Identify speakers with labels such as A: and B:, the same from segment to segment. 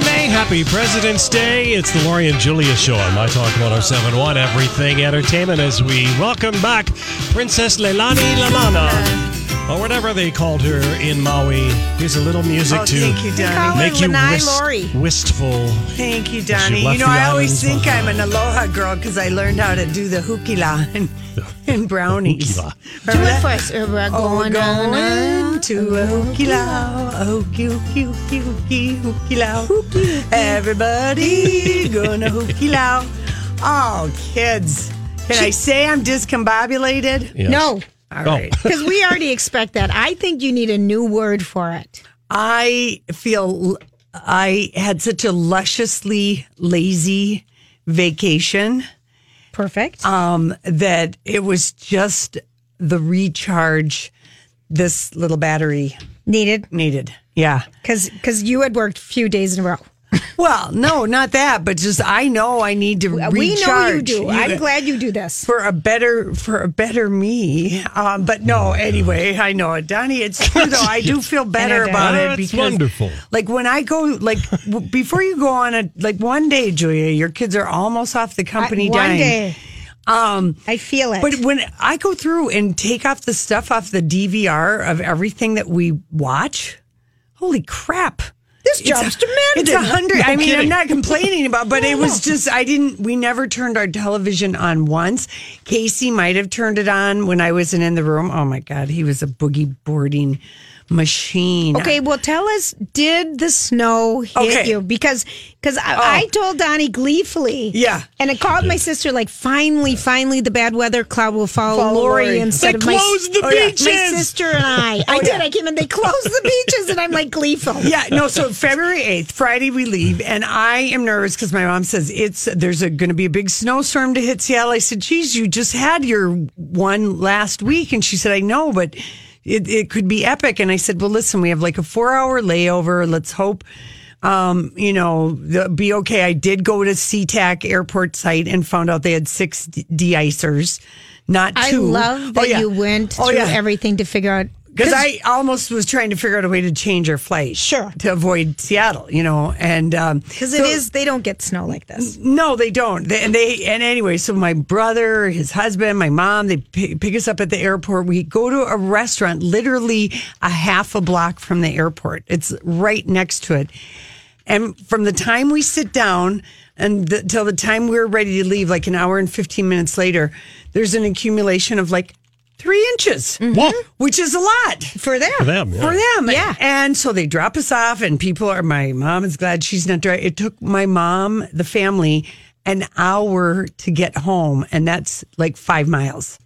A: Happy President's Day. It's the Laurie and Julia show on My Talk 1071 Everything Entertainment as we welcome back Princess Leilani Lalana, or whatever they called her in Maui. Here's a little music
B: Oh,
A: to
B: thank you, Donnie.
A: make you
C: Lanai
A: wist-
C: Laurie.
A: wistful.
B: Thank you,
A: She
B: Donnie.
A: left
B: You know,
A: the
B: I always
A: islands
B: think I'm
A: behind.
B: an aloha girl because I learned how to do the hukila and, and brownies.
A: Hukila.
C: Do
B: Remember
C: it
B: that?
C: first. Uh, We're
B: Oh, we're
C: going on uh,
B: going
C: a-
B: to a hukila, a huki, huki, huki, huki, hukila. Everybody gonna hukila. Oh, kids. Can I say I'm discombobulated?
A: Yes.
C: No,
B: All
A: Oh.
B: right.
C: because we already expect that. I think you need a new word for it.
B: I feel I had such a lusciously lazy vacation.
C: Perfect.
B: um, that it was just the recharge this little battery
C: Needed
B: needed. Yeah.
C: because because you had worked a few days in a row.
B: Well, no, not that, but just I know I need to recharge.
C: We know you do. I'm glad you do this.
B: for a better for a better me. Um, but
A: Oh,
B: no, anyway, I know it, Donnie. It's true though. I do feel better
C: I know.
B: about it.
A: That's wonderful.
B: Like when I go, like w- before you go on a like one day, Julia, your kids are almost off the company
C: I- one
B: dime.
C: day,
B: Um,
C: I feel it.
B: But when I go through and take off the stuff off the DVR of everything that we watch, holy crap.
C: This
B: It's a-
C: job's demanding.
B: It's a hundred. I mean, I'm
A: kidding.
B: not complaining about, but it was just I didn't. We never turned our television on once. Casey might have turned it on when I wasn't in the room. Oh my god, he was a boogie boarding machine.
C: Okay, well, tell us, did the snow hit
B: Okay. Oh.
C: you? Because because I, I told Donnie gleefully.
B: Yeah.
C: And I called my sister, like, finally, finally, the bad weather cloud will follow,
B: Follow
C: Lori,
B: Lori.
C: instead
A: They
C: of my,
A: closed the
C: Oh, yeah.
A: beaches.
C: My sister and I. I did. I came in, they closed the beaches, and I'm like, gleeful.
B: Oh, Yeah, no. So February eighth, Friday, we leave, and I am nervous because my mom says it's there's going to be a big snowstorm to hit Seattle. I said, "Geez, you just had your one last week," and she said, "I know, but it, it could be epic." And I said, "Well, listen, we have like a four hour layover. Let's hope." Um, you know, the, be okay. I did go to SeaTac airport site and found out they had six de- de-icers, not two.
C: I love that
B: Oh, yeah.
C: you went
B: Oh,
C: through
B: yeah.
C: everything to figure out.
B: Because I almost was trying to figure out a way to change our flight.
C: Sure.
B: To avoid Seattle, you know, and because
C: Because it is, they don't get snow like this.
B: no, they don't. They, and they and anyway, so my brother, his husband, my mom, they pick, pick us up at the airport. We go to a restaurant, literally a half a block from the airport. It's right next to it. And from the time we sit down and the, till the time we're ready to leave, like an hour and fifteen minutes later, there's an accumulation of like three inches,
A: What?
B: which is a lot.
C: For them.
A: For them. yeah.
B: For them.
C: Yeah.
B: And so they drop us off, and people are, my mom is glad she's not driving. It took my mom, the family, an hour to get home, and that's like five miles.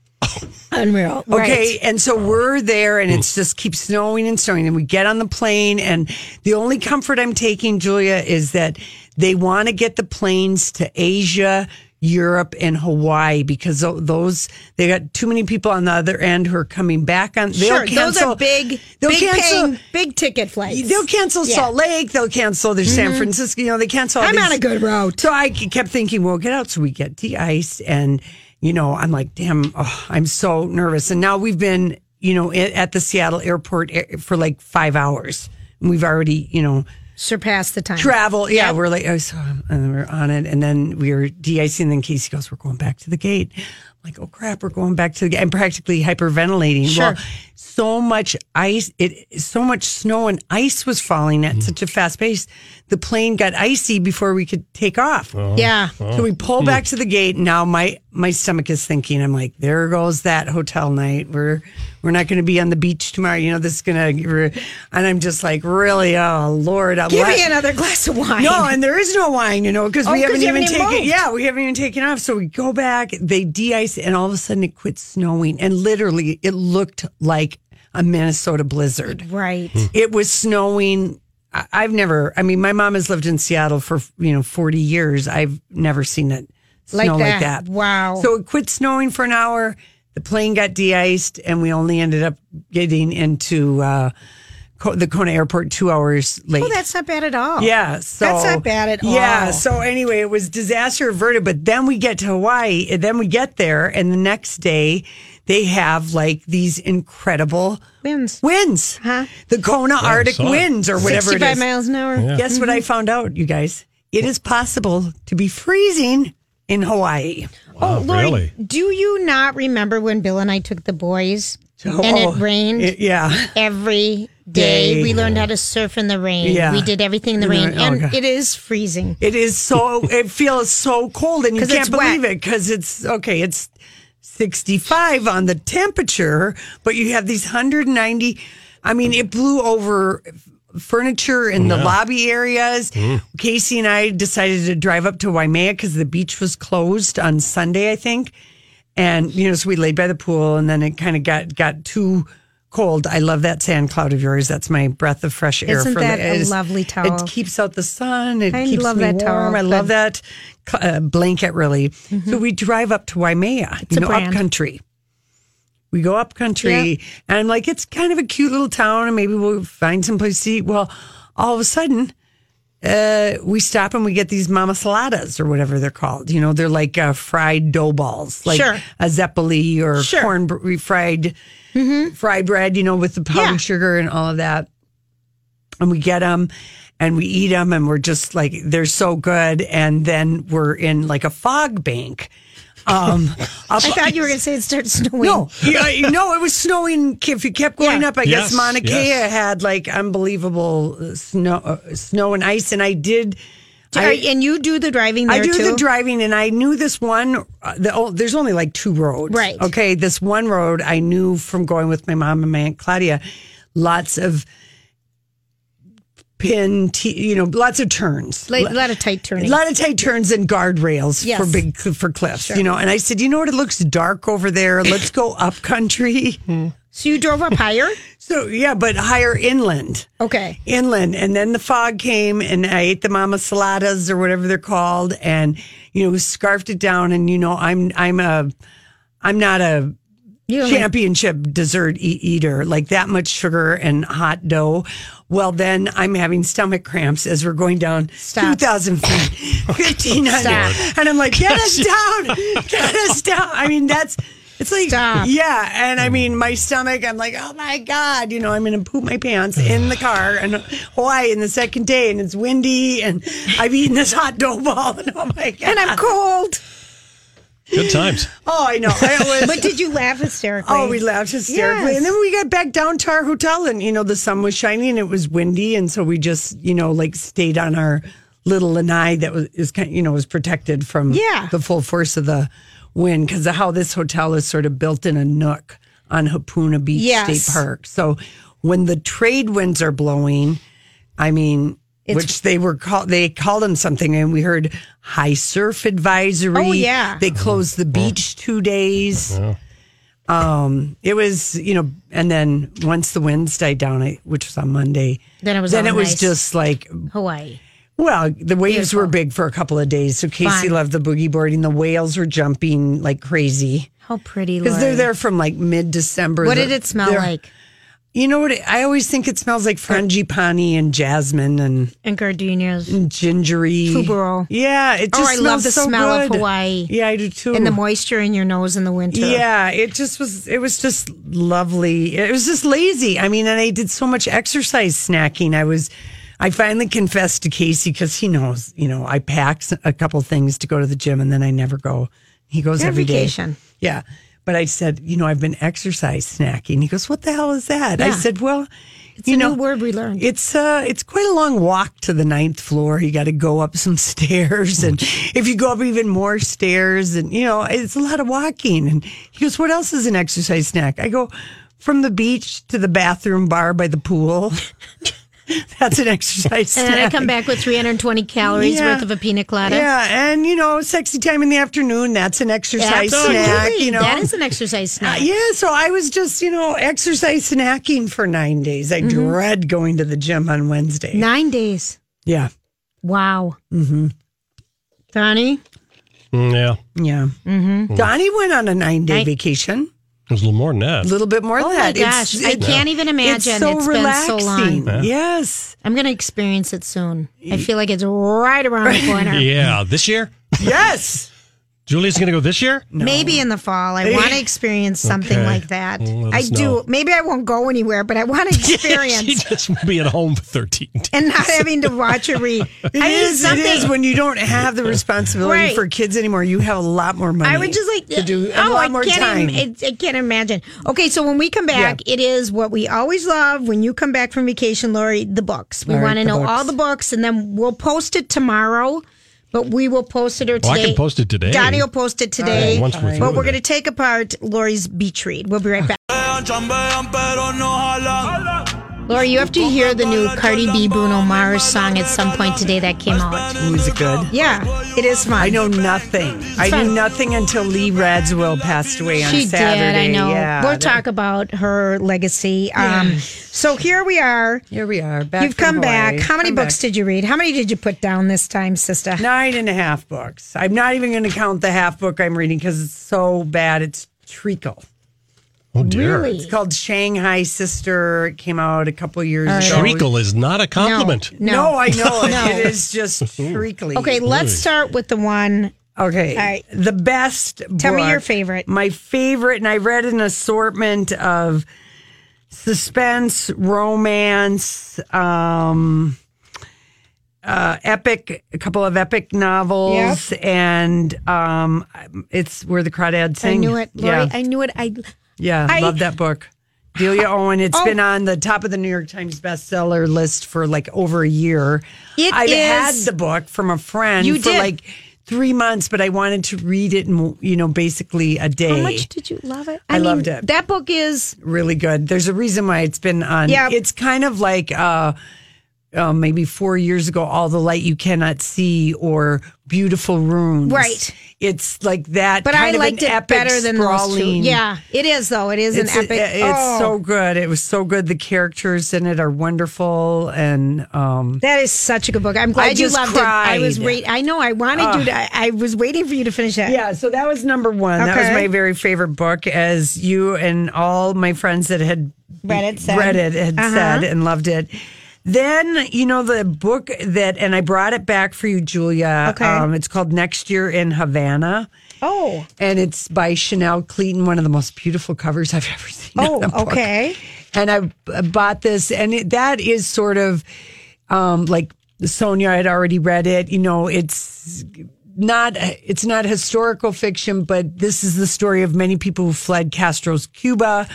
C: Unreal.
B: Okay. And so we're there, and it's just keeps snowing and snowing. And we get on the plane, and the only comfort I'm taking, Julia, is that they want to get the planes to Asia. Europe and Hawaii because tho- those they got too many people on the other end who are coming back on. they'll
C: Sure, those
B: cancel-
C: are big,
B: they'll
C: big
B: cancel-
C: paying, big ticket flights.
B: They'll cancel
C: Yeah. Mm-hmm.
B: Salt Lake. They'll cancel their San Francisco. You know, they cancel. all
C: I'm
B: these-
C: on a good route.
B: So I kept thinking, we'll get out. So we get de-iced, and you know, I'm like, damn, oh, I'm so nervous. And now we've been, you know, i- at the Seattle airport a- for like five hours. And we've already, you know,
C: Surpass the time.
B: travel. Yeah, we're like, oh, so and we're on it, and then we were de-icing. And then Casey goes, "We're going back to the gate." I'm like, oh crap, we're going back to the gate. I'm practically hyperventilating. Well,
C: Sure.
B: so much ice, it so much snow and ice was falling at such a fast pace. The plane got icy before we could take off.
C: Yeah.
B: So we pull back to the gate. and Now my my stomach is thinking. I'm like, there goes that hotel night. We're we're not going to be on the beach tomorrow. You know, this is going to. And I'm just like, really, oh Lord,
C: Give me another glass of wine.
B: no, and there is no wine, you know, because
C: Oh,
B: we
C: 'cause
B: haven't
C: you
B: even
C: haven't even
B: taken.
C: moved.
B: Yeah, we haven't even taken off. So we go back. They de-ice, it, and all of a sudden it quits snowing, and literally it looked like a Minnesota blizzard.
C: right.
B: It was snowing. I- I've never. I mean, my mom has lived in Seattle for you know forty years. I've never seen it snow
C: Like
B: like that.
C: that. Wow.
B: So it quit snowing for an hour. The plane got de-iced, and we only ended up getting into uh, Co- the Kona airport two hours late.
C: Oh, that's not bad at all.
B: Yeah, so
C: That's not bad at
B: Yeah,
C: all.
B: so anyway, it was disaster averted. But then we get to Hawaii, and then we get there, and the next day they have like these incredible
C: Winds.
B: winds,
C: Huh?
B: the Kona Arctic
A: saw it.
B: winds or whatever it
C: 65
B: is.
C: miles Mm-hmm. an hour.
B: Guess what I found out, you guys? it is possible to be freezing in Hawaii.
A: Wow,
C: oh, Lori,
A: really?
C: do you not remember when Bill and I took the boys and
B: Oh,
C: it rained
B: it- yeah.
C: every day?
B: Day.
C: We learned how to surf in the rain.
B: Yeah.
C: We did everything in the rain,
B: oh,
C: and
B: God.
C: it is freezing.
B: It is so. it feels so cold, and you
C: 'Cause
B: can't
C: it's wet.
B: believe it because it's okay. It's sixty-five on the temperature, but you have these hundred ninety. I mean, it blew over furniture in the lobby areas. Casey and I decided to drive up to Waimea because the beach was closed on Sunday, I think. And you know, so we laid by the pool, and then it kind of got got too cold. I love that sand cloud of yours. That's my breath of fresh air.
C: Isn't
B: from
C: that
B: the,
C: a
B: it's-
C: lovely towel?
B: It keeps out the sun. It
C: I
B: keeps
C: love
B: me
C: that towel.
B: warm. I love
C: Good.
B: that uh, blanket. Really. So we drive up to Waimea.
C: It's
B: you
C: a
B: know,
C: brand.
B: up country. We go up country, and I'm like, it's kind of a cute little town, and maybe we'll find someplace to eat. Well, all of a sudden, uh, we stop and we get these mama saladas or whatever they're called. You know, they're like uh, fried dough balls, like
C: Sure.
B: a zeppoli or
C: Sure. Mm-hmm.
B: corn br- fried fried bread. You know, with the powdered
C: Yeah.
B: sugar and all of that. And we get them and we eat them, and we're just like they're so good. And then we're in like a fog bank. Um, up-
C: I thought you were going to say it started snowing.
B: no, yeah, you know, it was snowing. If you kept going
C: Yeah.
B: up, I
A: Yes,
B: guess Mauna Kea
A: yes.
B: had like unbelievable uh, snow, uh, snow and ice. And I did,
C: Do-
B: I-
C: and you do the driving there
B: I do
C: too.
B: the driving, and I knew this one. Uh, the, oh, there's only like two roads,
C: Right.
B: Okay, this one road I knew from going with my mom and my aunt Claudia. Lots of pin, t- you know, lots of turns.
C: Like, a lot of tight turning.
B: A lot of tight turns and guardrails
C: Yes.
B: for big for cliffs, you know. And I said, you know what? It looks dark over there. Let's go up country.
C: Hmm. so you drove up higher.
B: So yeah, but higher inland,
C: Okay.
B: inland, and then the fog came, and I ate the mama saladas or whatever they're called, and you know scarfed it down, and you know I'm I'm a I'm not a
C: You don't like-
B: championship dessert e- eater like that much sugar and hot dough. Well, then I'm having stomach cramps as we're going down
C: Stop.
B: 2,000 feet, 1,500,
C: Stop.
B: and I'm like, get us down, get us down. I mean, that's. It's like,
C: Stop.
B: yeah. And I mean, my stomach, I'm like, oh my God, you know, I'm going to poop my pants in the car in Hawaii in the second day and it's windy and I've eaten this hot dough ball and oh my God.
C: and I'm cold.
A: Good times.
B: oh, I know. I was,
C: But did you laugh hysterically?
B: Oh, we laughed hysterically.
C: Yes.
B: And then we got back down to our hotel and, you know, the sun was shining and it was windy. And so we just, you know, like stayed on our little lanai that was, is kind you know, was protected from
C: Yeah.
B: the full force of the wind because of how this hotel is sort of built in a nook on Hapuna Beach
C: Yes.
B: State Park. So when the trade winds are blowing, I mean, which they were called, they called them something, and we heard high surf advisory.
C: Oh, yeah.
B: They closed the beach two days it was you know and then once the winds died down I, which was on monday
C: Then it was
B: then
C: all
B: it was
C: nice.
B: just like
C: Hawaii.
B: well the waves
C: Beautiful.
B: were big for a couple of days so casey
C: Fun.
B: loved the boogie boarding the whales were jumping like crazy
C: How pretty.
B: because
C: Lori.
B: they're there from like mid-december
C: What
B: They're-
C: did it smell
B: they're-
C: like?
B: you know what it- i always think it smells like frangipani and jasmine and
C: And gardenias and
B: gingery
C: Tuberol.
B: yeah it
C: Oh,
B: just
C: I love
B: smells
C: the
B: so
C: smell of
B: good.
C: Hawaii.
B: yeah i do too
C: the moisture in your nose in the winter.
B: Yeah, it just was. It was just lovely. It was just lazy. I mean, and I did so much exercise snacking. I was, I finally confessed to Casey because he knows. You know, I pack s- a couple things to go to the gym, and then I never go. He goes
C: Your
B: every day.
C: vacation.
B: Yeah, but I said, you know, I've been exercise snacking. He goes, "What the hell is that?" I
C: Yeah.
B: said, "Well."
C: It's
B: you
C: a
B: know,
C: new word we learned.
B: it's uh it's quite a long walk to the ninth floor. You got to go up some stairs, and if you go up even more stairs, and you know it's a lot of walking. And he goes, "What else is an exercise snack?" I go, "From the beach to the bathroom bar by the pool. That's an exercise
C: and
B: snack."
C: then I come back with 320 calories
B: Yeah.
C: worth of a pina colada.
B: Yeah, and you know, sexy time in the afternoon. That's an exercise
C: Absolutely.
B: snack. You know,
C: That is an exercise
B: Uh,
C: snack.
B: yeah, so I was just, you know, exercise snacking for nine days.
C: Mm-hmm.
B: I dread going to the gym on Wednesday.
C: Nine days.
B: yeah.
C: Wow. Mm-hmm. Donnie?
A: Mm, yeah. It
B: Yeah. Mm-hmm. Donnie went on a nine day
C: I-
B: vacation,
A: was a little more than that.
B: a little bit more
C: Oh
B: than
C: my
B: that.
C: gosh. I can't even imagine.
B: It's so
C: it's
B: relaxing.
C: been so long.
B: Yes.
C: I'm going to experience it soon. I feel like it's right around the corner.
A: Yeah. This year?
B: Yes.
A: Julia's going to go this year?
C: Maybe in the fall. I want to experience something
A: Okay.
C: like that.
A: Well, let
C: I
A: us
C: do.
A: know.
C: Maybe I won't go anywhere, but I want to experience
A: she just will be at home for 13 days.
C: and not having to watch a re.
B: It
C: I need
B: is, it
C: something.
B: is when you don't have the responsibility
C: Right.
B: for kids anymore. You have a lot more money.
C: I would just like
B: to do a
C: oh,
B: lot
C: I
B: more
C: can't
B: time.
C: Im- it, I can't imagine. Okay, so when we come back, it is what we always love when you come back from vacation, Lori. The books. We
B: All right,
C: want to
B: the
C: know all
B: books.
C: the books, and then we'll post it tomorrow. But we will post it or
B: Oh,
C: today.
A: Well, I can post it today.
C: Donnie will post it today.
A: Once we're through
C: but we're
A: with
C: going to
A: it.
C: take apart Lori's beach read. We'll be right back.
D: Chambean, chambean, pero no jalan.
E: Lori, you have to hear the new Cardi B Bruno Mars song at some point today that came out.
B: Ooh, is it good?
C: Yeah, it is fun.
B: I know nothing. I knew
E: fine.
B: nothing until Lee Radziwill passed away on
E: She
B: Saturday.
E: did, I know.
B: Yeah,
C: We'll
B: that-
C: talk about her legacy. Um, so here we are.
B: Here we are. Back
C: You've come
B: from
C: back.
B: Hawaii.
C: How many
B: Come
C: books
B: back.
C: did you read? How many did you put down this time, sister?
B: Nine and a half books. I'm not even going to count the half book I'm reading because it's so bad. It's treacle.
A: Oh, dear.
C: Really?
B: It's called Shanghai Sister. It came out a couple years ago.
A: Treacle is not a compliment.
C: No.
B: No, I know it.
C: No.
B: It is just treacly.
C: Okay, let's start with the one.
B: Okay.
C: right.
B: The best
C: Tell me
B: book-
C: your favorite.
B: My favorite, and I read an assortment of suspense, romance, um, uh, epic, a couple of epic novels, and um, it's Where the Crawdads Sing.
C: I knew it, Lori.
B: Yeah,
C: I knew it. I
B: yeah
C: I-
B: love that book. Delia Owen, It's
C: Oh.
B: been on the top of the New York Times bestseller list for like over a year.
C: It
B: I've had
C: is-
B: the book from a friend
C: You
B: for
C: did.
B: like three months, but I wanted to read it in, you know, basically a day.
C: how much did you love it? I,
B: loved it.
C: That book is
B: really good. There's a reason why it's been on.
C: Yeah.
B: It's kind of like uh, uh, maybe four years ago, All the Light You Cannot See or Beautiful Rooms.
C: Right.
B: It's like that.
C: but I
B: kind of an
C: liked it
B: epic,
C: better than those two.
B: sprawling-
C: Yeah, it is though. It is
B: It's,
C: an epic.
B: it- it's
C: oh,
B: so good. It was so good. The characters in it are wonderful, and um,
C: that is such a good book. I'm glad you
B: just
C: loved it. I was
B: cried.
C: wait. I know. I wanted you to. I, I was waiting for you to finish that.
B: yeah. So that was number one. That was
C: Okay.
B: my very favorite book, as you and all my friends that had
C: Read it said.
B: read it had
C: Uh-huh.
B: said and loved it. Then you know the book that, and I brought it back for you, Julia. um,
C: Okay.
B: it's called Next Year in Havana.
C: Oh.
B: and it's by Chanel Cleaton, one of the most beautiful covers I've ever seen. on
C: Oh,
B: a book.
C: okay.
B: And I b- bought this, and it, that is sort of um, like Sonia had already read it. You know, it's not it's not historical fiction, but this is the story of many people who fled Castro's Cuba.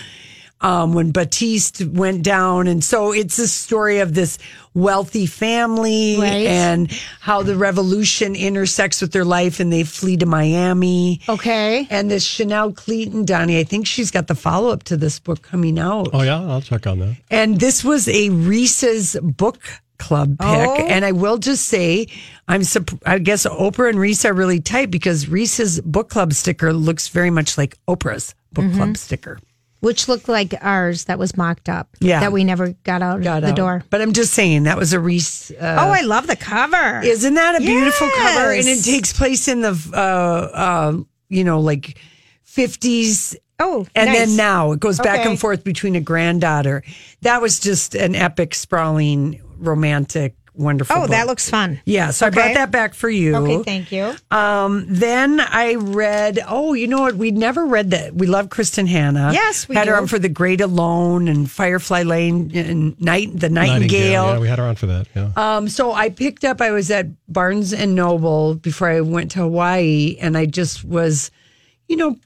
B: Um, when Batiste went down, and so it's a story of this wealthy family
C: Right.
B: and how the revolution intersects with their life, and they flee to Miami.
C: Oh. Okay.
B: And this Chanel Cleaton, Donnie, I think she's got the follow up to this book coming out.
A: Oh, yeah, I'll check on that.
B: And this was a Reese's book club pick.
C: Oh.
B: And I will just say, I'm sup- I guess Oprah and Reese are really tight because Reese's book club sticker looks very much like Oprah's book
C: Mm-hmm.
B: club sticker.
C: Which looked like ours that was mocked up.
B: Yeah.
C: That we never got out
B: Got
C: the
B: out.
C: door.
B: But I'm just saying that was a Reese. Uh,
C: oh, I love the cover.
B: isn't that a beautiful cover? And it
C: Yes.
B: takes place in the uh, uh, you know like 50s
C: Oh,
B: And
C: nice.
B: then now it goes back
C: Okay.
B: and forth between a granddaughter. That was just an epic, sprawling, romantic, wonderful.
C: Oh, that
B: book.
C: looks fun.
B: Yeah, so I
C: Okay.
B: brought that back for you.
C: Okay, thank you.
B: Um, then I read. Oh, you know what? We'd never read that. We love Kristen Hanna.
C: Yes, we
B: had her
C: do.
B: on for The Great Alone and Firefly Lane and Night the Nightingale.
A: Yeah, we had her on for that. Yeah.
B: Um, so I picked up. I was at Barnes and Noble before I went to Hawaii, and I just was, you know,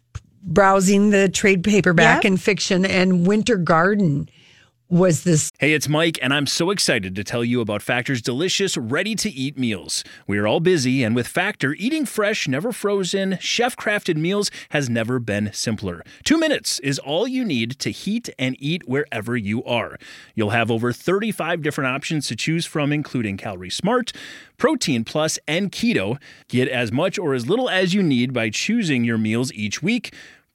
B: browsing the trade paperback
C: Yeah.
B: and fiction. And Winter Garden was this
F: Hey, it's Mike, and I'm so excited to tell you about Factor's delicious, ready to eat meals. We are all busy, and with Factor, eating fresh, never frozen, chef crafted meals has never been simpler. Two minutes is all you need to heat and eat wherever you are. You'll have over 35 different options to choose from, including Calorie Smart, Protein Plus, and Keto. Get as much or as little as you need by choosing your meals each week.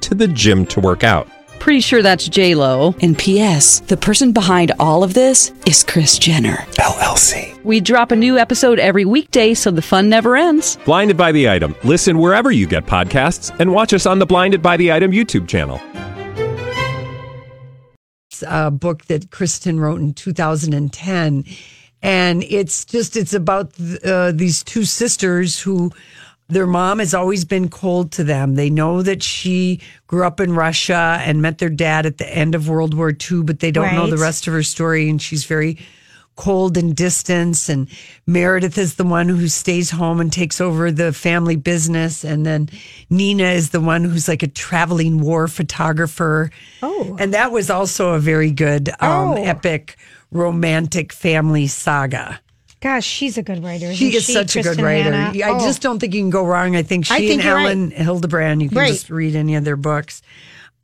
G: to the gym to work out.
H: Pretty sure that's J Lo.
I: And P.S. The person behind all of this is Chris Jenner.
G: LLC.
H: We drop a new episode every weekday, so the fun never ends.
G: Blinded by the item. Listen wherever you get podcasts, and watch us on the Blinded by the Item YouTube channel.
B: It's a book that Kristen wrote in 2010. And it's just, it's about uh, these two sisters who their mom has always been cold to them. They know that she grew up in Russia and met their dad at the end of World War II, but they don't know the
C: Right.
B: rest of her story. And she's very cold and distant. And Meredith is the one who stays home and takes over the family business. And then Nina is the one who's like a traveling war photographer. Oh. And that was also a very good, um,
C: Oh.
B: epic romantic family saga.
C: Gosh, she's a good writer.
B: She
C: isn't
B: is such a good
C: Kristen
B: writer.
C: Hanna?
B: Yeah, I
C: Oh.
B: just don't think you can go wrong. I think she
C: I
B: and
C: think you're right.
B: Ellen Hildebrand, you can
C: Right.
B: just read any of their books.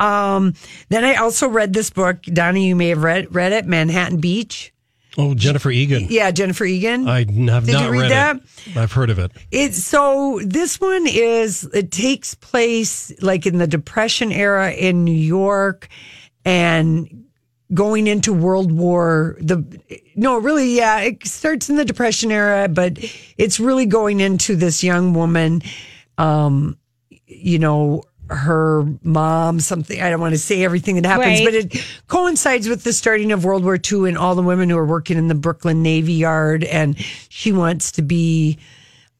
B: Um, then I also read this book, Donnie, you may have read, read it, Manhattan Beach.
A: Oh, Jennifer Egan.
B: Yeah, Jennifer Egan.
A: I n- have
B: Did
A: not
B: you read that?
A: it. I've heard of it.
B: It so this one is it takes place like in the Depression era in New York and going into World War the no really yeah it starts in the Depression era but it's really going into this young woman um you know her mom something I don't want to say everything that happens
C: Right.
B: but it coincides with the starting of World War II and all the women who are working in the Brooklyn Navy Yard and she wants to be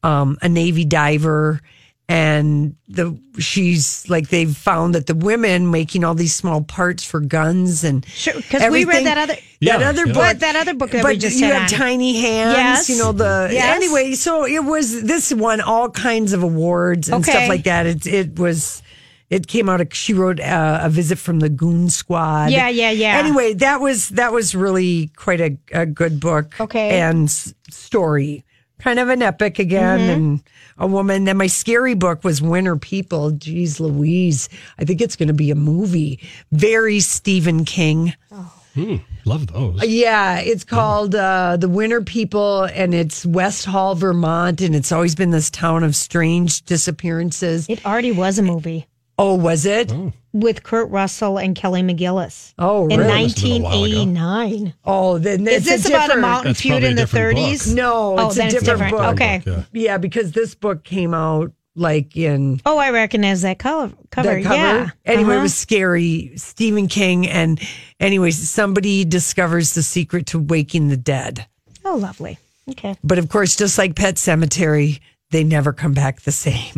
B: um, a Navy diver, and the she's like they've found that the women making all these small parts for guns and
C: Sure, 'cause we
B: everything-
C: read that other-
A: Yeah,
B: that other
A: yeah.
B: book
C: But that other book that
B: but
C: we just
B: you
C: had
B: have
C: on.
B: tiny hands,
C: Yes.
B: you know the
C: Yes.
B: anyway. So it was this one all kinds of awards and stuff
C: Okay.
B: like that. It it was. It came out. She wrote uh, a visit from the Goon Squad.
C: Yeah, yeah, yeah.
B: Anyway, that was that was really quite a, a good book.
C: Okay.
B: and s- story, kind of an epic again,
C: Mm-hmm.
B: and a woman. Then my scary book was Winter People. Jeez, Louise! I think it's going to be a movie. Very Stephen King.
A: Love those.
B: Yeah, it's called uh, The Winter People, and it's West Hall, Vermont, and it's always been this town of strange disappearances.
C: It already was a movie
B: Oh, was it?
C: with Kurt Russell and Kelly McGillis
B: Oh,
C: in
B: really?
A: Must have been a while ago.
C: 1989.
B: Oh, then
C: Is
B: it's
C: this
B: a
C: about a
B: different-
C: mountain
A: That's
C: feud
A: probably
C: in
A: a
C: the
A: different
C: 30s?
A: book.
B: No,
C: Oh,
B: it's
C: then
B: a
C: it's
B: different
C: different.
B: book.
C: Okay.
A: Yeah.
B: Yeah, because this book came out like in
C: Oh, I recognize that color, cover.
B: that cover.
C: Yeah.
B: Anyway, it
C: Uh-huh.
B: was scary. Stephen King, and anyways, somebody discovers the secret to waking the dead.
C: Oh, lovely. Okay.
B: But of course, just like Pet Cemetery, they never come back the same.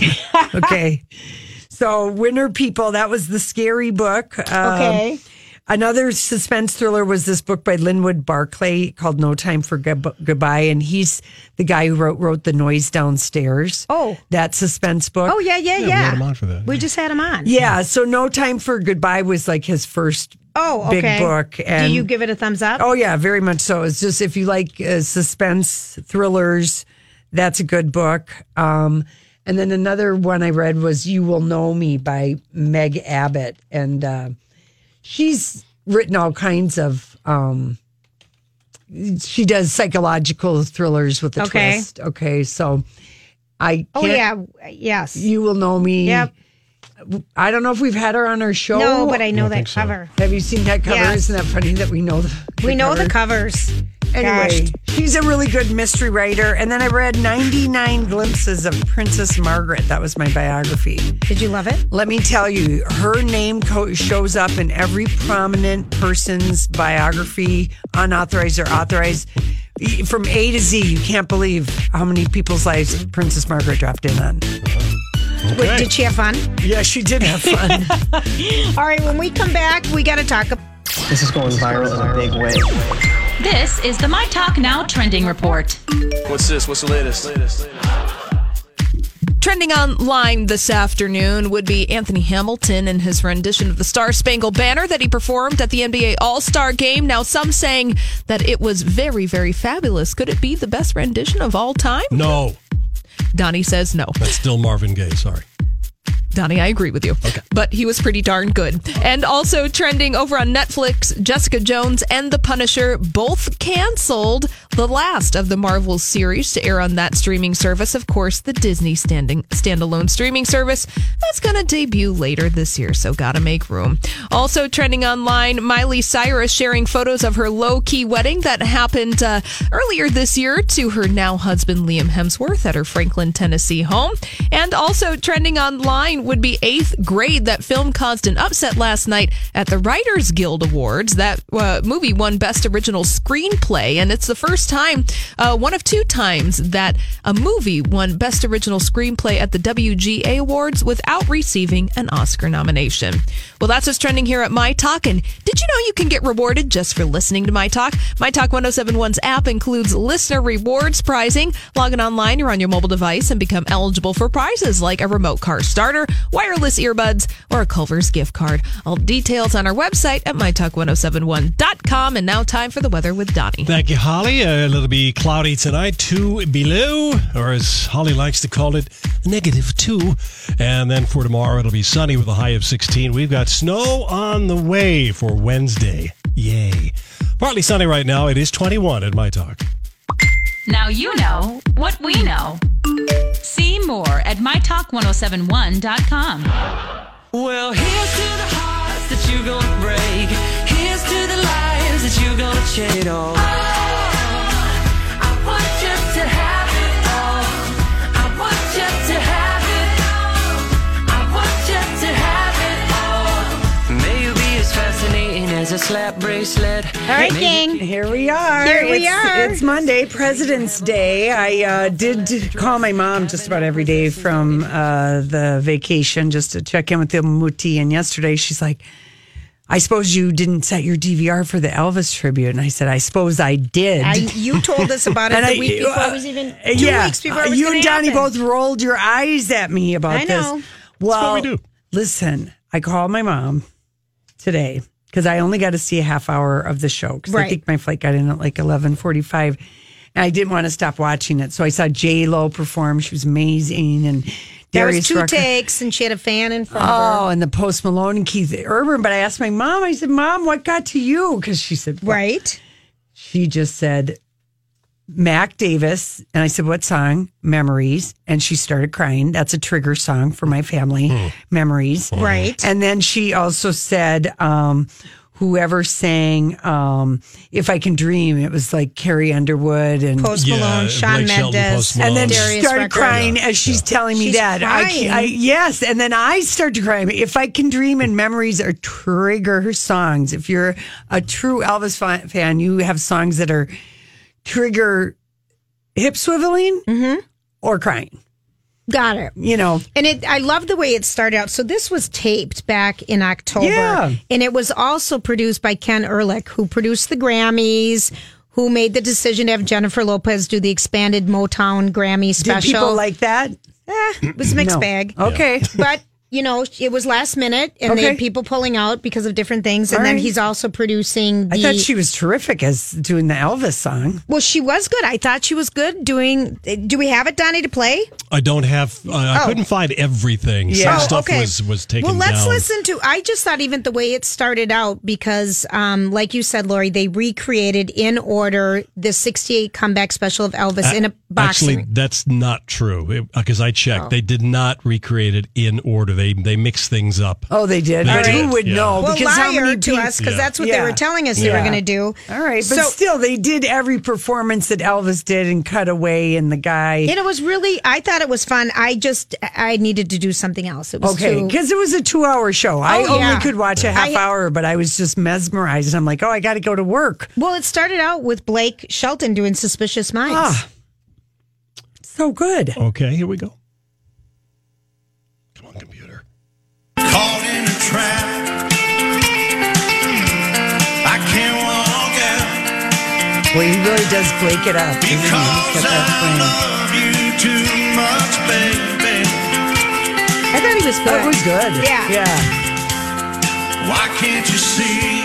B: okay. So, Winter People, that was the scary book. Um,
C: Okay.
B: Another suspense thriller was this book by Linwood Barclay called No Time for Goodb- Goodbye. And he's the guy who wrote, wrote The Noise Downstairs.
C: Oh.
B: That suspense book.
C: Oh, yeah, yeah, yeah.
A: We had him on for that.
C: We just had him on.
B: Yeah. So, No Time for Goodbye was like his first
C: Oh, okay.
B: big book. And
C: Do you give it a thumbs up?
B: Oh yeah, very much so. It's just if you like uh, suspense thrillers, that's a good book. Um, and then another one I read was "You Will Know Me" by Meg Abbott, and uh, she's written all kinds of. Um, she does psychological thrillers with a
C: Okay.
B: twist. Okay, so I
C: Oh,
B: can't-
C: yeah. Yes.
B: you will know me.
C: Yep.
B: I don't know if we've had her on our show.
C: no, but I know that
A: think so.
C: cover.
B: have you seen that cover?
C: Yeah.
B: Isn't that funny that we know the,
C: We know
B: cover?
C: the covers.
B: Anyway, she's a really good mystery writer. And then I read 99 Glimpses of Princess Margaret. That was my biography.
C: Did you love it?
B: Let me tell you, her name co- shows up in every prominent person's biography, unauthorized or authorized, E- from A to Z. You can't believe how many people's lives Princess Margaret dropped in on.
A: Okay.
C: Did she have fun?
B: Yeah, she did have fun.
C: All right, when we come back, we got to talk.
J: This is going viral in a big way.
K: This is the My Talk Now trending report.
D: What's this? What's the latest?
L: Trending online this afternoon would be Anthony Hamilton and his rendition of the Star Spangled Banner that he performed at the NBA All Star game. Now, some saying that it was very, very fabulous. Could it be the best rendition of all time?
A: No.
L: Donnie says no.
A: That's still Marvin Gaye, sorry.
L: Donnie, I agree with you. Okay. But he was pretty darn good. And also trending over on Netflix, Jessica Jones and The Punisher both canceled the last of the Marvel series to air on that streaming service. Of course, the Disney standing standalone streaming service that's going to debut later this year, so gotta make room. Also trending online, Miley Cyrus sharing photos of her low key wedding that happened uh, earlier this year to her now husband Liam Hemsworth at her Franklin, Tennessee home. And also trending online would be eighth grade. That film caused an upset last night at the Writers Guild Awards. That uh, movie won Best Original Screenplay, and it's the first time, uh, one of two times, that a movie won Best Original Screenplay at the WGA Awards without receiving an Oscar nomination. Well, that's what's trending here at My Talk. And did you know you can get rewarded just for listening to My Talk? My Talk 1071's app includes listener rewards prizing. Log in online, you're on your mobile device, and become eligible for prizes like a remote car starter, wireless earbuds, or a Culver's gift card. All details on our website at mytalk1071.com. And now time for the weather with Donnie.
A: Thank you, Holly. Uh, it'll be cloudy tonight, two below, or as Holly likes to call it, negative two. And then for tomorrow, it'll be sunny with a high of 16. We've got snow on the way for Wednesday. Yay. Partly sunny right now. It is 21 at my talk.
K: Now you know what we know. See more at mytalk1071.com.
M: Well, here's to the hearts that you're gonna break. Here's to the lives that you're gonna trade off. Oh, I want you to have it all. I want you to have it all. I want you to have it all. May you be as fascinating as a slap bracelet.
C: All right, gang.
B: Here we are.
C: Here we
B: It's-
C: are.
B: It's Monday, President's Day. I uh, did call my mom just about every day from uh, the vacation just to check in with the Muti. And yesterday she's like, I suppose you didn't set your DVR for the Elvis tribute. And I said, I suppose I did.
C: I, you told us about it
B: And
C: the
B: I-
C: week before
B: uh,
C: it was even
B: Uh,
C: two weeks before it was
B: you and
C: gonna
B: Donnie
C: happen.
B: both rolled your eyes at me about
C: I know.
B: this.
C: That's
B: Well,
C: we do.
B: Listen, I called my mom today because I only got to see a half hour of the show because I
C: Right.
B: think my flight got in at like eleven forty-five, and I didn't want to stop watching it. So I saw J Lo perform; she was amazing, and
C: There was
B: Darius
C: two
B: Rucker.
C: takes, and she had a fan in front of her.
B: Oh, and the Post Malone and Keith Urban. But I asked my mom, I said, Mom, what got to you? Because she said, "Well,"
C: Right?
B: She just said, Mac Davis. And I said, What song? Memories. And she started crying. That's a trigger song for my family, Memories.
C: Right.
B: And then she also said, um, Whoever sang um, If I Can Dream, it was like Carrie Underwood and
C: Post
A: Yeah,
C: Malone, Sean
A: Blake Shelton, Post
C: Mendes,
B: and then she
C: Oh. Darius
B: started
C: Rucker.
B: crying as she's telling me
C: She's
B: that. I,
C: crying.
B: I yes, and then I start to cry. If I can dream and memories are trigger songs. If you're a true Elvis fa- fan, you have songs that are trigger hip swiveling
C: Mm-hmm.
B: or crying.
C: Got it.
B: You know,
C: And it, I love the way it started out. So this was taped back in October,
B: Yeah.
C: and it was also produced by Ken Ehrlich, who produced the Grammys, who made the decision to have Jennifer Lopez do the expanded Motown Grammy
B: did
C: special.
B: people like that?
C: Eh, it was a mixed
B: No.
C: bag.
B: Okay.
C: But you know, it was last minute, and they
B: Okay.
C: had people pulling out because of different things. And
B: All
C: then
B: right.
C: he's also producing. The,
B: I thought she was terrific as doing the Elvis song.
C: Well, she was good. I thought she was good doing. Do we have it, Donnie, to play?
A: I don't have, uh, I
C: Oh.
A: couldn't find everything. Some
B: Yeah. Oh,
A: stuff was, was taken
C: Well, let's
A: down.
C: listen to. I just thought even the way it started out because, um, like you said, Lori, they recreated in order the '68 comeback special of Elvis in a boxing. Oh.
A: Actually, that's not true because I checked. They did not recreate it in order. They they mix things up.
B: Oh, they did.
A: They
B: All
A: did,
B: right. Who would
A: yeah.
B: know?
C: well,
B: because
C: liar
B: how many
C: to
B: peop-
C: us because
A: Yeah.
C: that's what
B: Yeah.
C: they were telling us they
A: Yeah.
C: were going to do.
B: All right, but
C: So-
B: still, they did every performance that Elvis did and cut away, and the guy.
C: And it was really. I thought it was fun. I just I needed to do something else. It was
B: Okay,
C: too-
B: because it was a two-hour show. I
C: Oh,
B: only
C: yeah.
B: could watch a half
C: I-
B: hour, but I was just mesmerized. I'm like, oh, I got to go to work.
C: Well, it started out with Blake Shelton doing "Suspicious Minds."
B: Ah, so good.
A: Okay, here we go. Come on, computer.
D: Caught in a trap. I can't walk out
B: Well, he really does flake it up. doesn't he? He's got
D: because I
B: that
D: love you too much, baby.
C: was good.
B: It was good.
C: Yeah.
B: Yeah.
D: Why can't you see?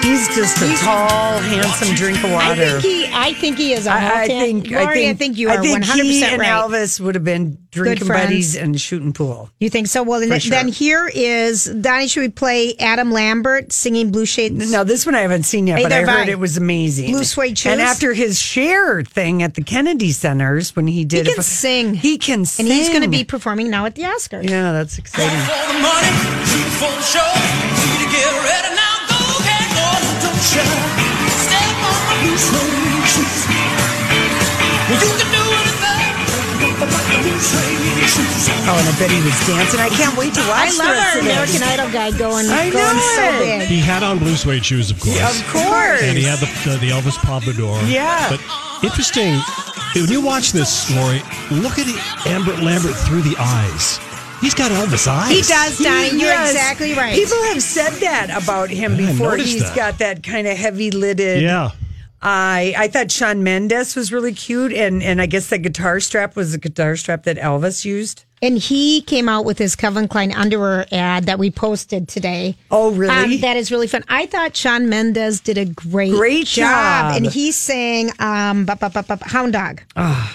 B: He's just a tall, handsome drink of
C: I
B: water.
C: think he. I think he is. a
B: I, I
C: Hamilton.
B: think,
C: Lori,
B: I think.
C: you are
B: I think
C: one hundred
B: he
C: percent
B: and
C: right.
B: Elvis would have been drinking
C: friends.
B: buddies and shooting pool.
C: You think so? Well, then,
B: For sure.
C: then here is Donnie. Should we play Adam Lambert singing Blue Shades?
B: No, this one I haven't seen yet, but I
C: Neither have
B: heard
C: I.
B: it was amazing.
C: Blue suede shoes?
B: And after his share thing at the Kennedy Centers when he
C: He
B: did,
C: can
B: it,
C: sing.
B: he can sing,
C: and he's going to be performing now at the Oscars.
B: Yeah, that's exciting.
M: for the money, shoot for the show. See to get ready now, go get on, don't you? Step on my blue suede shoes. Well, you can do anything. but the blue suede shoes.
B: Oh, and I bet he was dancing. I can't wait to watch.
C: I love
B: the rest
C: our
B: of this.
C: American Idol guy going,
B: I
C: going
B: know
C: so
B: it.
C: big.
A: He had on blue suede shoes, of course.
B: Yeah, of course.
A: And he had the, the, the Elvis Pompadour.
B: Yeah.
A: But interesting, when you watch this, Lori, look at Amber Lambert through the eyes. He's got Elvis eyes.
C: He does, Donnie. You're
B: Yes.
C: exactly right.
B: People have said that about him
A: Yeah, I
B: before.
A: noticed
B: He's
A: that.
B: got that kind of heavy lidded.
A: Yeah.
B: I I thought Sean Mendes was really cute, and and I guess that guitar strap was the guitar strap that Elvis used.
C: And he came out with his Calvin Klein underwear ad that we posted today.
B: Oh, really?
C: Um, that is really fun. I thought Sean Mendez did a great,
B: Great job. Oh.
C: And he sang um, bu- bu- bu- bu- Hound Dog.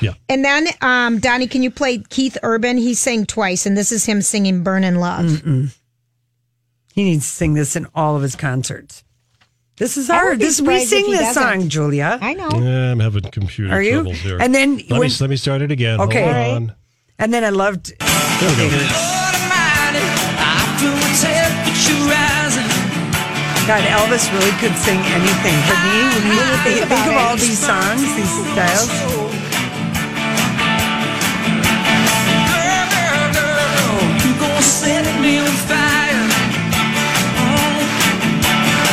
A: Yeah.
C: And then, um, Donnie, can you play Keith Urban? He sang twice, and this is him singing Burn in Love.
B: He needs to sing this in all of his concerts. This is
C: I
B: our
C: would be
B: this we
C: surprised if
B: sing
C: he
B: this
C: doesn't.
B: song, Julia.
C: I know.
A: Yeah, I'm having computer
B: Are you?
A: troubles here.
B: And then
A: let,
B: when-
A: me, let me start it again.
B: Okay.
A: Hold
B: All right.
A: on.
B: And then I loved
A: There we go.
M: Lord Almighty, I feel my temperature rising.
B: God, Elvis really could sing anything. Could he? When you think,
C: think about
B: of
C: it,
B: all these songs, these styles.
M: Girl, girl, girl, you gonna set me on fire. Mm.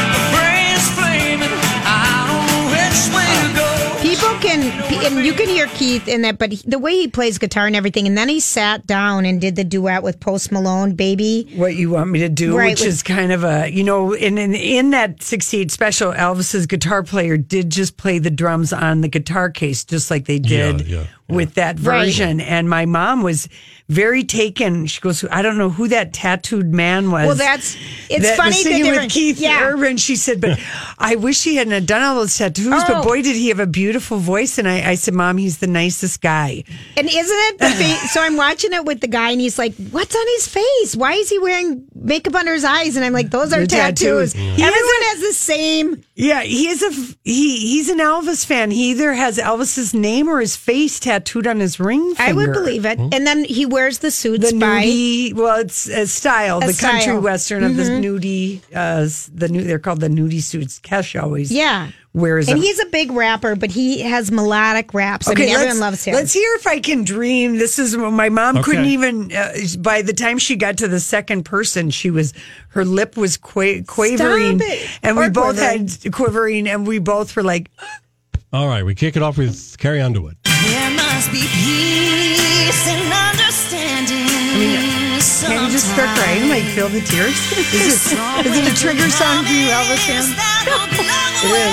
M: The brain's flaming. I don't know which way to go.
C: People can, and you can hear Keith in that, but he- the way he plays guitar and everything, and then he sat down and did the duet with Post Malone, Baby.
B: what you want me to do,
C: Right,
B: which
C: with-
B: is kind of a you know, in in, in that sixty eight special, Elvis's guitar player did just play the drums on the guitar case, just like they
A: Yeah,
B: did
A: yeah, yeah.
B: with that
C: Right.
B: version. And my mom was very taken. She goes, I don't know who that tattooed man was.
C: Well, that's- it's
B: that was
C: funny, the
B: singing with
C: difference.
B: Keith
C: Yeah.
B: Urban. She said, but I wish he hadn't have done all those tattoos. But
C: Oh.
B: boy, did he have a beautiful voice. And I, I said, Mom, he's the nicest guy.
C: And isn't it the face? so I'm watching it with the guy, and he's like, "What's on his face? Why is he wearing makeup under his eyes?" And I'm like, "Those are
B: Your tattoos.
C: tattoos.
B: Mm. He
C: Everyone
B: isn't-
C: has the same."
B: Yeah, he is a f- he. He's an Elvis fan. He either has Elvis's name or his face tattooed on his ring. Finger.
C: I would believe it. And then he wears the
B: Mm. the
C: suits by
B: nudie. Well, it's a style, the country
C: style. Mm-hmm.
B: western of the nudie. Uh, s- the new they're called the nudie suits. Kesh always
C: yeah.
B: wears
C: And
B: them.
C: he's a big rapper, but he has melodic raps. I mean,
B: let's-
C: everyone loves him.
B: Let's hear if I can dream. This is when my mom
A: Okay.
B: couldn't even. Uh, by the time she got to the second person, she was her lip was qua- quavering,
C: Stop it.
B: and we
C: Or
B: both
C: quivering.
B: had quivering, and we both were like,
A: All right, we kick it off with Carrie Underwood.
M: There must be peace and understanding. I mean,
B: Can you just start crying, like feel the tears? Is it, is it a trigger song for you, Elvis fans?
M: it
B: is.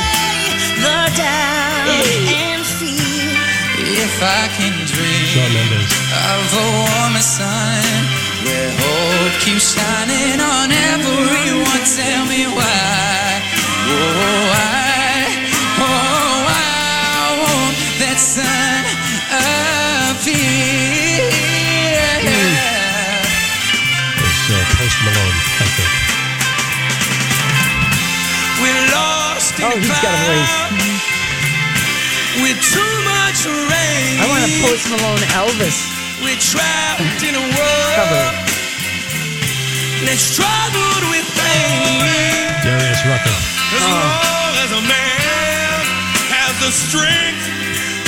D: If I can dream
A: Shawn Mendes.
D: of a warmer sun where hope keeps shining on everyone, tell me why. Oh, why? Oh, why won't that sun appear?
A: It's uh, Post Malone, I think.
M: We're lost in
B: Oh, he's got a voice.
M: time. With too much rain.
B: I want to post Malone Elvis.
M: We're trapped in a world
B: Cover
M: that's troubled with pain.
A: Darius Rucker.
D: As long as a man has the strength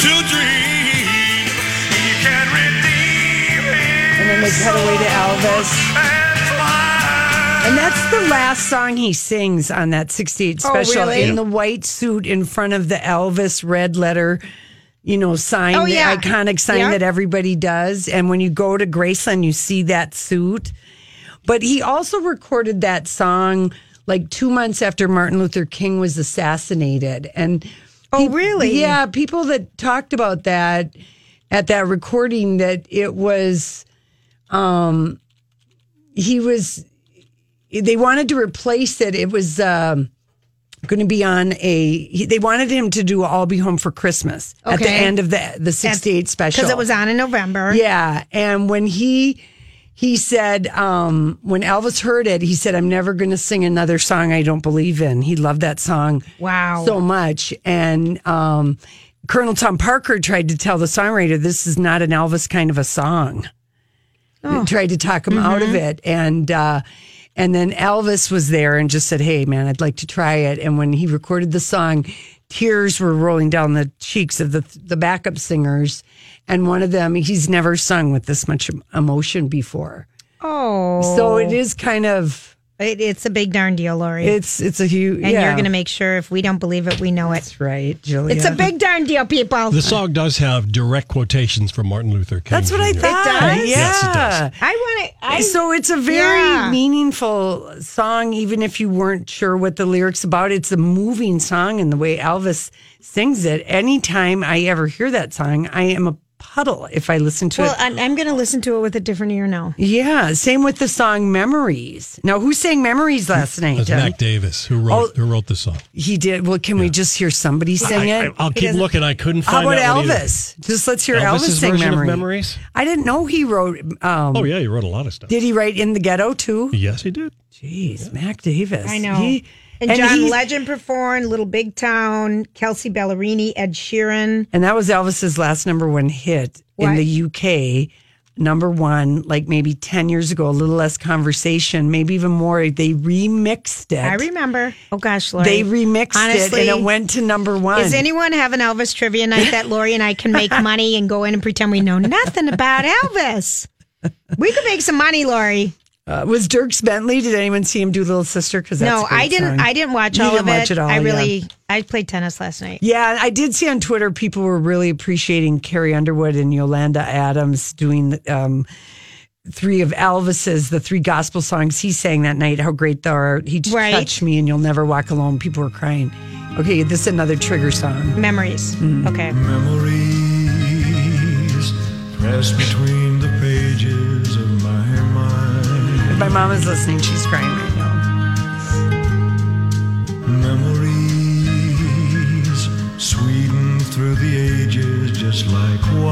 D: to dream, he can redeem
B: And then they
D: his
B: cut away to
D: soul
B: Elvis.
D: and fly.
B: And that's the last song he sings on that 68 special
C: Oh, really?
B: in the white suit in front of the Elvis red letter, you know, sign,
C: Oh,
B: the
C: yeah.
B: iconic sign
C: Yeah.
B: that everybody does. And when you go to Graceland, you see that suit. But he also recorded that song like two months after Martin Luther King was assassinated. And
C: Oh, really?
B: Yeah, people that talked about that at that recording that it was um, he was they wanted to replace it. It was um, going to be on a. he- They wanted him to do "I'll Be Home for Christmas" at the
C: Okay.
B: end of the the '68 special
C: because it was on in November.
B: Yeah, and when he he said um, when Elvis heard it, he said, "I'm never going to sing another song I don't believe in." He loved that song
C: Wow.
B: so much, and um, Colonel Tom Parker tried to tell the songwriter, "This is not an Elvis kind of a song."
C: Oh. Mm-hmm.
B: Tried to talk him out of it, and uh, and then Elvis was there and just said, "Hey, man, I'd like to try it." And when he recorded the song, tears were rolling down the cheeks of the the backup singers, and one of them, he's never sung with this much emotion before.
C: Oh,
B: So it is kind of
C: It, it's a big darn deal, Lori.
B: It's it's a huge
C: and you're going to make sure if we don't believe it, we know it. That's
B: right, Julia.
C: It's a big darn deal, people.
A: The song does have direct quotations from Martin Luther King.
B: That's what I
A: Jr.
B: thought.
A: Right?
B: Yeah.
A: Yes, it does.
C: I want to.
B: so it's a very
C: Yeah.
B: meaningful song, even if you weren't sure what the lyrics about. It's a moving song, and the way Elvis sings it. Anytime I ever hear that song, I am a puddle if I listen to
C: Well,
B: it.
C: I'm, I'm going to listen to it with a different ear now.
B: yeah, same with the song "Memories." Now, who sang "Memories" last night?
A: That's
B: Deb?
A: Mac Davis who wrote
B: Oh.
A: who wrote the song.
B: He did. Well, can we just hear somebody sing
A: I,
B: it?
A: will
B: It
A: keep
B: doesn't-
A: looking. I couldn't
B: How
A: find
B: about
A: that one either.
B: Elvis? Just let's hear Elvis
A: Elvis's
B: sing
A: version of
B: Memory.
A: Memories?
B: I didn't know he wrote. Um,
A: Oh yeah, he wrote a lot of stuff.
B: Did he write in the ghetto too?
A: Yes, he did.
B: Jeez, Mac Davis.
C: I know.
B: He,
C: and, John
B: he-
C: Legend performed Little Big Town, Kelsey Ballerini, Ed Sheeran.
B: And that was Elvis's last number one hit in
C: What?
B: the UK. Number one, like maybe 10 years ago, a little less conversation, maybe even more. They remixed it.
C: I remember. Oh gosh, Lori.
B: They remixed it and it went to number one.
C: Is anyone have an Elvis trivia night that Lori and I can make money and go in and pretend we know nothing about Elvis? We could make some money, Lori.
B: Uh, was Dirks Bentley? Did anyone see him do Little Sister? Because
C: no, I didn't. I didn't watch all of it. I really. I played tennis last night.
B: Yeah, I did see on Twitter people were really appreciating Carrie Underwood and Yolanda Adams doing um, three of Elvis's, the three gospel songs he sang that night. How great thou art! He just
C: Right.
B: touched me, and you'll never walk alone. People were crying. Okay, this is another trigger song.
C: Memories. Okay.
N: Memories press between the pages of my mind.
B: If my mom is listening, she's crying right now.
N: Memories sweeten through the ages just like wine.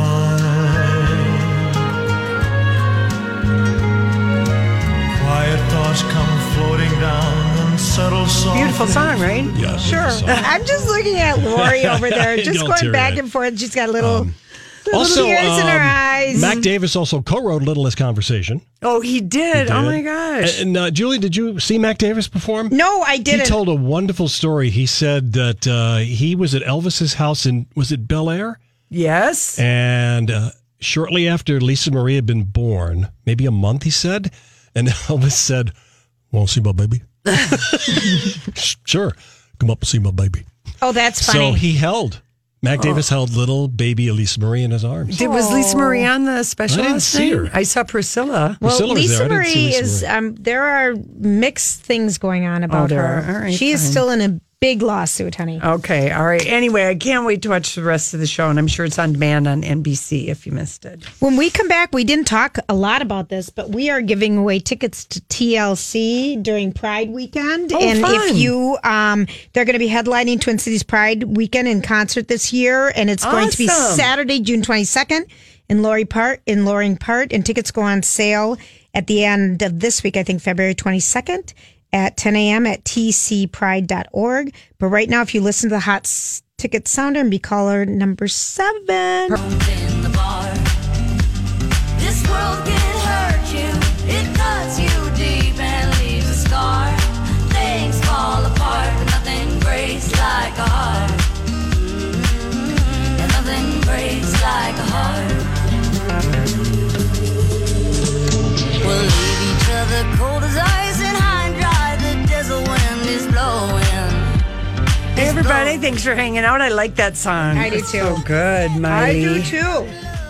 N: Quiet thoughts come floating down and settle softly.
B: Beautiful song, right?
A: Yeah.
C: Sure. I'm just looking at Lori over there,
A: Don't
C: just going
A: tear
C: back
A: it. Um,
C: and forth. She's got little, little
A: Also,
C: tears in her
A: um,
C: eyes.
A: Mac Davis also co-wrote "Little Less Conversation."
B: Oh, he did.
A: He
B: Oh
A: did.
B: my gosh.
A: And uh, Julie, did you see Mac Davis perform?
C: no, I
A: He
C: didn't.
A: told a wonderful story. He said that uh, he was at Elvis's house in was it Bel Air,
B: yes.
A: and uh, shortly after Lisa Marie had been born, maybe a month, he said, and Elvis said, "Want to see my baby?" sure, come up and see my baby.
C: oh, that's
A: So
C: funny. Oh.
A: he held Mac Davis held little baby Elisa Marie in his arms.
B: Did, was Lisa Marie on the special?
A: I didn't
B: last
A: see
B: night?
A: her.
B: I saw Priscilla.
C: well,
A: Priscilla was
C: Lisa
A: there. I didn't see
C: Marie
A: Lisa
C: is.
A: Marie.
C: Um, there are mixed things going on about
B: there
C: her.
B: are. All right,
C: she is
B: fine.
C: still in a big lawsuit, honey.
B: Okay, all right. Anyway, I can't wait to watch the rest of the show, and I'm sure it's on demand on NBC if you missed it.
C: When we come back, we didn't talk a lot about this, but we are giving away tickets to TLC during Pride Weekend.
B: Oh,
C: and
B: fun.
C: if you, um, they're going to be headlining Twin Cities Pride Weekend in concert this year, and it's going to be
B: Awesome.
C: Saturday, June twenty second, in Laurie Part in Loring Part, and tickets go on sale at the end of this week. I think February twenty second at ten a.m. at tcpride.org. But right now, if you listen to the hot s- ticket sounder and be caller number seven.
O: in the bar. This world can hurt you. It cuts you deep and leaves a scar. Things fall apart, but nothing breaks like a heart. And nothing breaks like a heart. We'll leave each other cold as ice and high and dry. The desert wind is blowing.
B: Hey, everybody, thanks for hanging out. I like that song.
C: I do
B: It's
C: too.
B: So good,
C: I
B: Miley.
C: do too.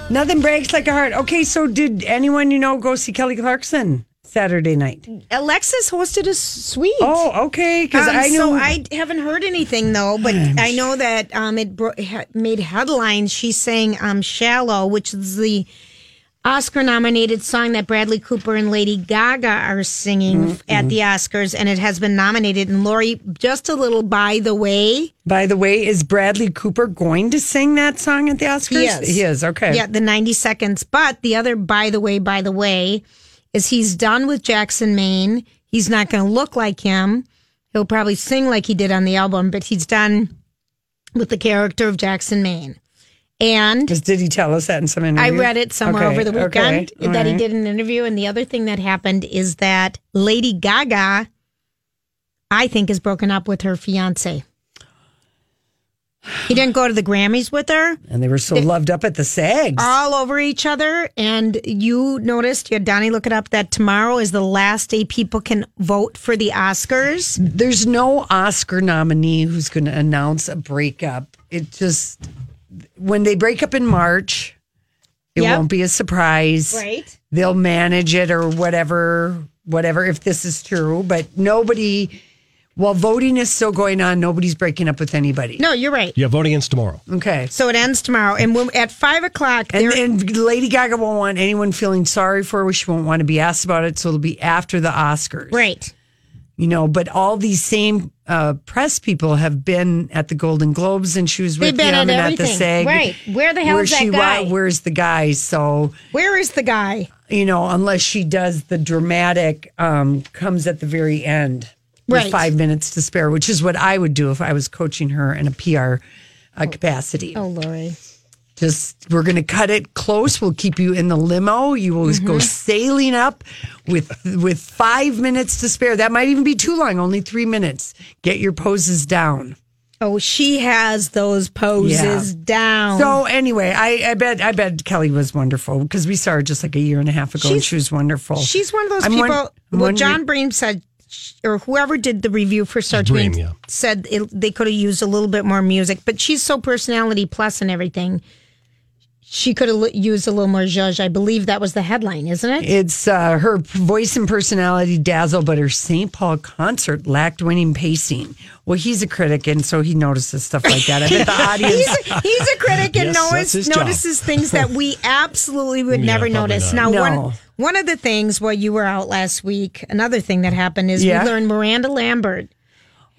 B: Nothing breaks like a heart. Okay, so did anyone you know go see Kelly Clarkson Saturday night?
C: Alexis hosted a suite.
B: Oh, okay. Because
C: Um,
B: I know.
C: so I haven't heard anything though, but I know that um, it bro- ha- made headlines. She sang um, "Shallow," which is the Oscar nominated song that Bradley Cooper and Lady Gaga are singing at the Oscars, and it has been nominated. And Lori, just a little by the way.
B: By the way, is Bradley Cooper going to sing that song at the Oscars?
C: He is.
B: He is, okay.
C: Yeah, the 90 seconds. But the other, by the way, by the way, is he's done with Jackson Maine. He's not going to look like him. He'll probably sing like he did on the album, but he's done with the character of Jackson Maine. And
B: Just did he tell us that in some interview?
C: I read it somewhere
B: Okay, Mm-hmm.
C: over the weekend
B: okay, all
C: that he
B: right.
C: did an interview. And the other thing that happened is that Lady Gaga, I think, has broken up with her fiance. He didn't go to the Grammys with her,
B: And they were so loved up at the SAGs.
C: all over each other. And you noticed, you had Donnie look it up, that tomorrow is the last day people can vote for the Oscars.
B: There's no Oscar nominee who's going to announce a breakup. It just, when they break up in March, it
C: Yep.
B: won't be a surprise.
C: Right.
B: They'll manage it or whatever, whatever, if this is true. But nobody, while voting is still going on, nobody's breaking up with anybody.
C: No, you're right.
A: Yeah, voting ends tomorrow.
B: Okay.
C: So it ends tomorrow. And when, at five o'clock,
B: And,
C: there-
B: and Lady Gaga won't want anyone feeling sorry for her. She won't want to be asked about it. So it'll be after the Oscars.
C: right.
B: You know, but all these same uh, press people have been at the Golden Globes and she was
C: They've
B: with
C: been
B: them
C: at
B: and at the
C: everything.
B: SAG.
C: Right. Where the hell
B: Where
C: is that
B: she wa-
C: guy?
B: where's the guy? So,
C: Where is the guy?
B: you know, unless she does the dramatic, um, comes at the very end
C: Right.
B: with five minutes to spare, which is what I would do if I was coaching her in a PR uh, capacity
C: Oh, Lori.
B: just we're going to cut it close we'll keep you in the limo you will go
C: Mm-hmm.
B: sailing up with with five minutes to spare that might even be too long only three minutes get your poses down
C: Oh, she has those poses down.
B: so anyway i i bet i bet kelly was wonderful because we saw her just like a year and a half ago and
C: She's-
B: she was wonderful
C: she's one of those
B: I'm
C: people.
B: won- I'm
C: well,
B: wondering-
C: John Bream said, or whoever did the review for Search
A: Bream,
C: Bream
A: yeah.
C: said it, they could have used a little bit more music, but she's so personality plus and everything. She could have l- used a little more zhuzh. I believe that was the headline, isn't it?
B: It's uh, her voice and personality dazzle, but her St. Paul concert lacked winning pacing. Well, he's a critic, and so he notices stuff like that. I bet the audience
C: he's, a, he's a critic and
A: Yes,
C: knows,
A: that's his job.
C: notices things that we absolutely would
A: Yeah,
C: never
A: probably
C: notice.
A: not.
C: Now,
B: No.
C: one, one of the things while you were out last week, another thing that happened is
B: Yeah.
C: we learned Miranda Lambert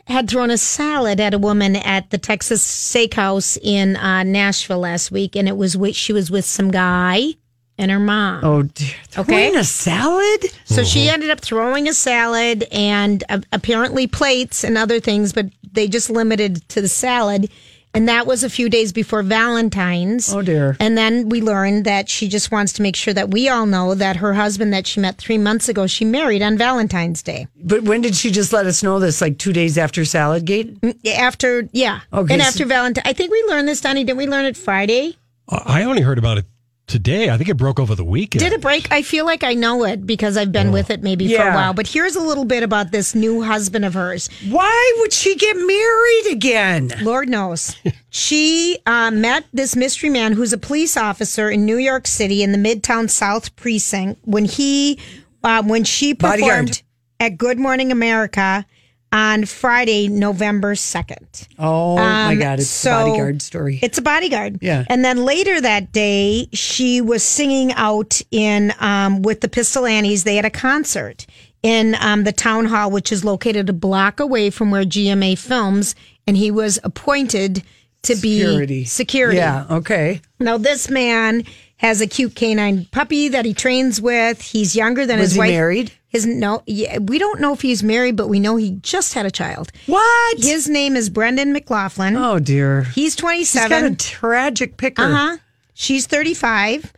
C: had thrown a salad at a woman at the Texas Steakhouse in uh, Nashville last week, and it was with, she was with some guy and her mom.
B: Oh dear!
C: Okay.
B: Throwing a salad?
C: So she
B: Mm-hmm.
C: ended up throwing a salad and uh, apparently plates and other things, but they just limited to the salad. And that was a few days before Valentine's.
B: Oh dear!
C: And then we learned that she just wants to make sure that we all know that her husband that she met three months ago, she married on Valentine's Day.
B: But when did she just let us know this? Like two days after Salad Gate?
C: Mm. After, yeah.
B: Okay,
C: and
B: so-
C: after Valentine, I think we learned this, Donnie. Didn't we learn it Friday?
A: I I only heard about it today. I think it broke over the weekend.
C: Did it break? I feel like I know it because I've been with it maybe for
B: Oh.
C: a
B: Yeah.
C: while. But here's a little bit about this new husband of hers.
B: Why would she get married again?
C: Lord knows. she uh, met this mystery man who's a police officer in New York City in the Midtown South Precinct when he, uh, when she performed
B: Bodyguard.
C: at Good Morning America on Friday, November 2nd.
B: Oh my
C: Um,
B: God! It's
C: so-
B: a bodyguard story.
C: It's a bodyguard.
B: Yeah.
C: And then later that day, she was singing out in um, with the Pistol Annies. They had a concert in um, the town hall, which is located a block away from where GMA films, and he was appointed to
B: security.
C: be security.
B: Yeah. Okay.
C: Now this man has a cute canine puppy that he trains with. He's younger than
B: Was
C: his
B: he
C: wife.
B: married?
C: His no, yeah, we don't know if he's married, but we know he just had a child.
B: What?
C: His name is Brendan McLaughlin.
B: oh dear.
C: He's
B: He's
C: 27.
B: got a tragic picker.
C: Uh huh. She's 35.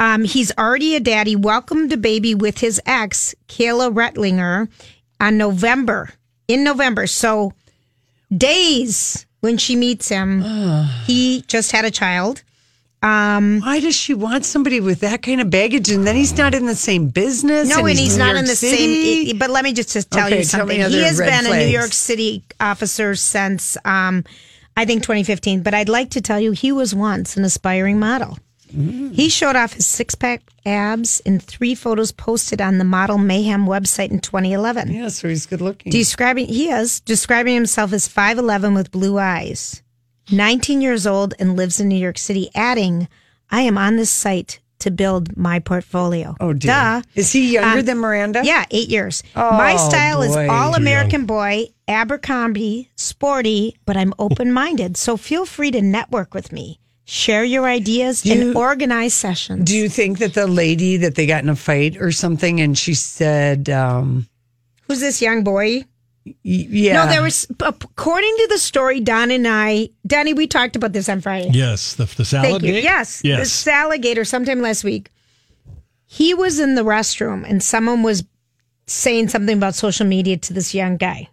C: Um, he's already a daddy. Welcomed a baby with his ex, Kayla Rettlinger, on November, in November. So, days when she meets him, he just had a child. Um,
B: Why does she want somebody with that kind of baggage? And then he's not in the same business.
C: no, and he's
B: New
C: not
B: York
C: in the
B: City?
C: same. e-, But let me just, just tell
B: Okay,
C: you
B: tell me
C: something.
B: other
C: he has
B: red
C: been a
B: flags.
C: New York City officer since, um, I think, 2015. But I'd like to tell you, he was once an aspiring model.
B: Mm.
C: He showed off his six pack abs in three photos posted on the Model Mayhem website in 2011.
B: Yeah, so he's good looking.
C: Describing, he is describing himself as 5'11 with blue eyes, 19 years old, and lives in New York City, adding, I am on this site to build my portfolio. Oh,
B: dear.
C: Duh. Uh,
B: Is he younger than Miranda?
C: Yeah, eight years.
B: Oh,
C: my style is
B: boy.
C: all
B: Too
C: American boy, Abercrombie, sporty, but I'm open minded. so feel free to network with me, share your ideas,
B: Do you-
C: and organize sessions.
B: Do you think that the lady that they got in a fight or something and she said, um,
C: Who's this young boy?
B: y- yeah.
C: No, there was, according to the story, Don and I, Donnie, we talked about this on Friday.
A: Yes, the, the salad.
C: Thank you.
A: gate?
C: Yes. The
A: Yes.
C: Saligator sometime last week. He was in the restroom and someone was saying something about social media to this young guy.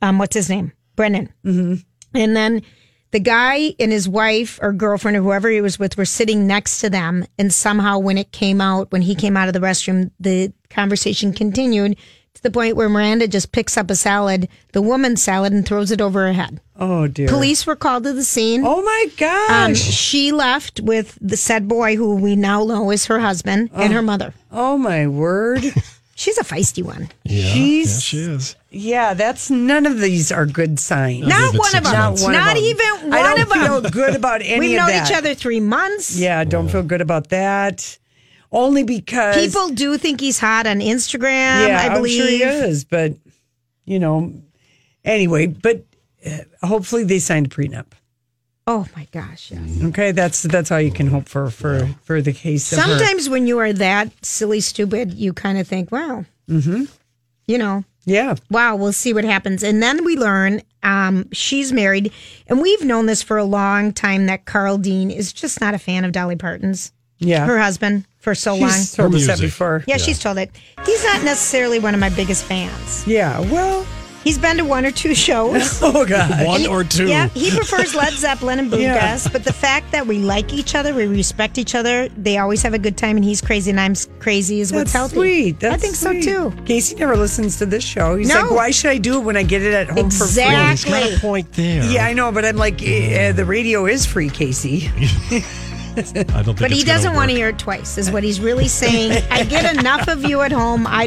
C: Um, what's his name? Brennan. Mm-hmm. And then the guy and his wife or girlfriend or whoever he was with were sitting next to them. And somehow, when it came out, when he came out of the restroom, the conversation continued to the point where Miranda just picks up a salad, the woman's salad, and throws it over her head.
B: oh, dear.
C: Police were called to the scene.
B: Oh, my
C: Um,
B: gosh.
C: she left with the said boy, who we now know is her husband, and her mother.
B: oh, my word.
C: She's a feisty one.
A: Yeah,
B: She's-
A: yeah, she is.
B: Yeah, that's none of these are good signs.
A: Not I'll give it one of six them. months.
B: of
C: Not
B: them.
C: even
B: I
C: one
B: don't
C: of them.
B: feel good about any
C: We've
B: of
C: known
B: that.
C: each other three months.
B: Yeah, don't feel good about that. Only because
C: People do think he's hot on Instagram,
B: yeah,
C: I believe.
B: am sure he is, but you know, anyway. But uh, hopefully they signed a prenup.
C: Oh my gosh. yes.
B: Okay, that's that's all you can hope for for for the case. of her.
C: Sometimes when you are that silly, stupid, you kind of think, wow,
B: Mhm.
C: you know,
B: yeah,
C: wow, we'll see what happens. And then we learn um, she's married. And we've known this for a long time that Carl Dean is just not a fan of Dolly Parton's,
B: yeah.
C: her husband, for so long.
B: She's told us that
A: music.
B: before.
C: yeah, she's told it. He's not necessarily one of my biggest fans.
B: Yeah, well,
C: He's been to one or two shows.
B: oh god,
A: One
C: He-
A: or two.
C: Yeah, he prefers Led Zeppelin and bluegrass, but the fact that we like each other, we respect each other, they always have a good time, and he's crazy and I'm s- crazy is what's
B: that's
C: healthy.
B: sweet. That's
C: I think
B: sweet.
C: so too.
B: Casey never listens to this show. He's
C: No.
B: like, why should I do it when I get it at home for free?
A: Well, he's got
C: Exactly.
A: a point there.
B: Yeah, I know, but I'm like, eh, eh, the radio is free, Casey.
A: I don't think
C: But
A: it's gonna
C: he doesn't want to
A: work.
C: hear it twice, is what he's really saying. I get enough of you at home. I don't.